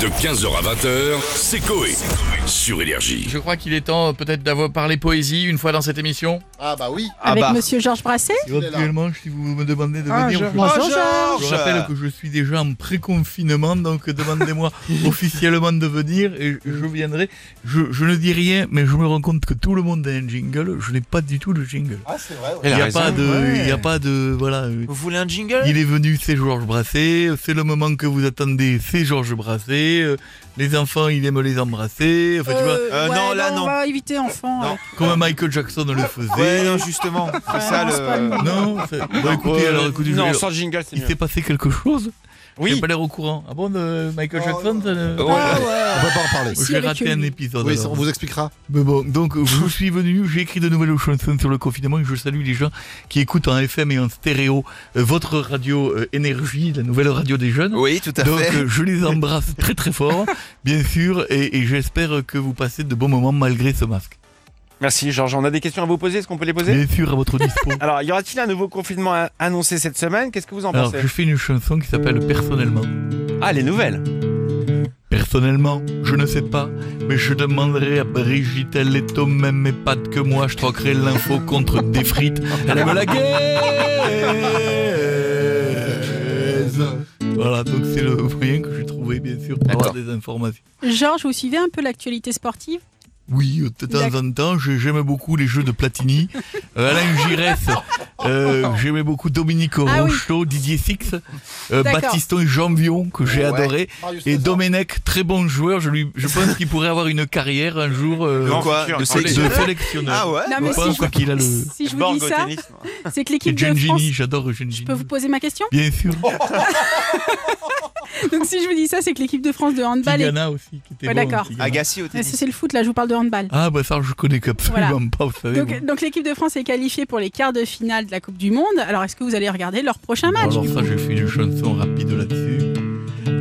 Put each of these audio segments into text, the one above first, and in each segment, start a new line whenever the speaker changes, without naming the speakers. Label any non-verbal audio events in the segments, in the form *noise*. De 15h à 20h, c'est Coé. Sur Énergie.
Je crois qu'il est temps euh, peut-être d'avoir parlé poésie une fois dans cette émission.
Ah bah oui,
Avec Monsieur Georges Brasset
Éventuellement, si vous me demandez de
Ah,
venir,
Georges.
je-
Bonjour,
Oh,
je,
Georges.
rappelle que je suis déjà en pré-confinement, donc
*laughs*
demandez-moi officiellement de venir et je viendrai. Je, je ne dis rien, mais je me rends compte que tout le monde a un jingle. Je n'ai pas du tout le jingle.
ah c'est vrai. ouais.
Elle
Il
a
n'y a,
raison.
pas de,
Ouais.
il y a pas de, voilà. euh,
Vous voulez un jingle
Il est venu, c'est Georges Brasset. C'est le moment que vous attendez, c'est Georges Brasset. Euh, Les enfants, il aime les embrasser. Enfin, tu vois,
Euh, non, là, non.
On va éviter enfant.
Non.
ouais.
comme Michael Jackson le faisait.
Ouais, non, justement, c'est ça
non, c'est pas le
le.
même.
Non, c'est- bon, écoutez,
Euh,
alors écoutez, je
non,
vais-
sans jingle, c'est
il
mieux.
s'est passé quelque chose. J'ai
Oui.
pas l'air au courant. Ah bon, de Michael Jackson ça, le-
Oh,
Ah
On
*laughs*
ouais.
va pas en parler.
Si,
Je vais
avec
rater un
lui.
épisode.
Oui,
alors.
on vous expliquera.
Mais bon, donc
*laughs*
je suis venu, j'ai écrit de nouvelles chansons sur le confinement et je salue les gens qui écoutent en FM et en stéréo euh, votre radio euh, Énergie, la nouvelle radio des jeunes.
Oui, tout à
Donc
fait.
euh,
*laughs*
je les embrasse très très fort, bien sûr, et, et j'espère que vous passez de bons moments malgré ce masque.
Merci, Georges. On a des questions à vous poser. Est-ce qu'on peut les poser
Bien sûr, à votre
*laughs*
dispo.
Alors, y aura-t-il un nouveau confinement a- annoncé cette semaine Qu'est-ce que vous en
Alors
pensez
je fais une chanson qui
Euh,
s'appelle Personnellement.
Ah, les nouvelles.
Euh, Personnellement, je ne sais pas, mais je demanderai à Brigitte, elle est au même EHPAD que moi, je troquerai l'info contre des frites. *laughs* Elle aime la guèze. Voilà, donc c'est le moyen que j'ai trouvé, bien sûr, pour avoir des informations.
Georges, vous suivez un peu l'actualité sportive
Oui, de temps en temps, je- j'aime beaucoup les jeux de Platini, Euh,
*laughs*
Alain Giresse, euh, j'aimais beaucoup Dominique
Ah oui.
Rocheteau, Didier Six, euh,
D'accord.
Baptiston et Jean Vion, que j'ai
Ouais.
adoré.
Marius
Et
Trésor.
Domenech, très bon joueur, je, lui, je pense qu'il pourrait avoir une carrière un jour euh,
Grand
quoi,
futur,
de
grand
de
futur.
sélectionneur
sélectionneur.
Ah ouais
Non,
je
mais si
pense
je,
qu'il a le...
si je vous
Borg
dis
au
ça,
tennis.
c'est que
Et
l'équipe de France.
Gengini, j'adore Gengini.
Je peux vous Oh, poser ma question
Bien sûr,
Donc si je vous dis ça, c'est que l'équipe de France de handball. Est...
Tigana aussi, qui était
Ouais,
bon,
d'accord.
Tigana.
Agassi au
Mais
tennis.
ça, c'est le foot là, je vous parle de handball.
Ah bah ça, je connais absolument
Voilà.
pas, vous savez.
Donc,
moi.
donc l'équipe de France est qualifiée pour les quarts de finale de la Coupe du Monde. Alors est-ce que vous allez regarder leur prochain match
Alors
du
ça,
coup
j'ai fait une chanson rapide là-dessus.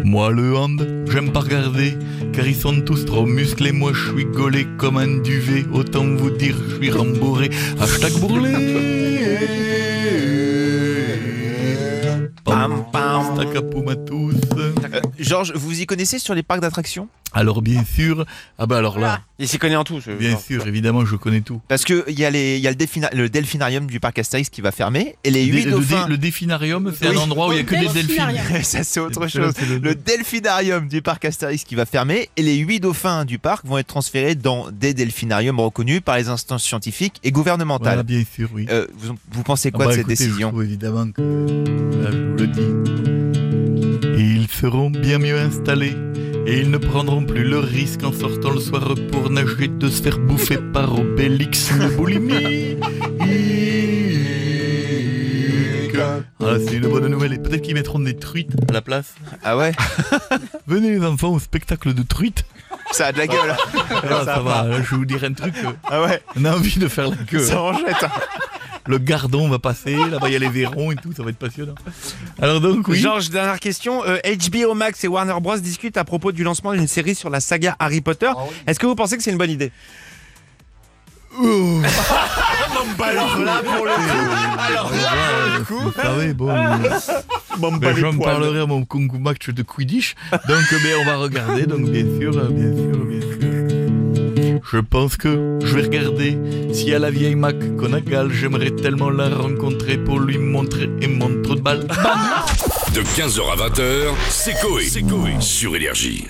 Moi le hand, j'aime pas regarder, car ils sont tous trop musclés. Moi je suis gaulé comme un duvet, autant vous dire je suis rembourré. Hashtag bourrelé.
Pam, pam.
Stacapoum à tous.
Euh, Georges, vous y connaissez sur les parcs d'attractions
Alors bien sûr, ah bah alors là,
Il s'y connaît en tout. ce
bien
Georges.
sûr, évidemment je connais tout.
Parce qu'il y a, les, il y a le, défina- le delphinarium du parc Astérix qui va fermer et les
Dé-
huit
le,
dauphins.
dé- le définarium, c'est
Oui.
un endroit où il n'y a que des delphines.
Delphinarium.
*laughs*
Ça, c'est autre
C'est le-
chose.
c'est le-
Le delphinarium du parc Astérix qui va fermer et les huit dauphins du parc vont être transférés dans des delphinariums reconnus par les instances scientifiques et
Voilà,
gouvernementales.
bien sûr, oui.
Euh, vous, vous pensez
Ah
quoi
bah,
de cette
écoutez,
décision
je trouve évidemment que, là, je vous le dis, ils seront bien mieux installés et ils ne prendront plus le risque en sortant le soir pour nager de se faire bouffer *laughs* par Obélix le boulimie. Ah, c'est une bonne nouvelle et peut-être qu'ils mettront des truites à la place.
Ah ouais
Venez les enfants au spectacle de
*laughs*
truites.
Ça a
*laughs*
de la gueule.
Ah, ça va, là, je vais vous dire un truc. euh,
Ah ouais
On a envie de faire la queue.
Ça en jette.
Le gardon va passer, là-bas il y a les verrons et tout, ça va être passionnant. Alors donc oui.
Georges, dernière question. Euh, HBO Max et Warner Bros discutent à propos du lancement d'une série sur la saga Harry Potter.
Ah oui.
Est-ce que vous pensez que c'est une bonne idée
Ouh. Alors là, vous savez, bon, euh, ben, j'en parlerai à mon concours match de Quidditch. Donc, euh, ben, on va regarder. Donc, bien sûr, euh, bien sûr, bien sûr. Je pense que je vais regarder si à la vieille Mac qu'on a gale, j'aimerais tellement la rencontrer pour lui montrer et mon trou de balle.
De 15h à 20h, c'est Coé. Sur Énergie.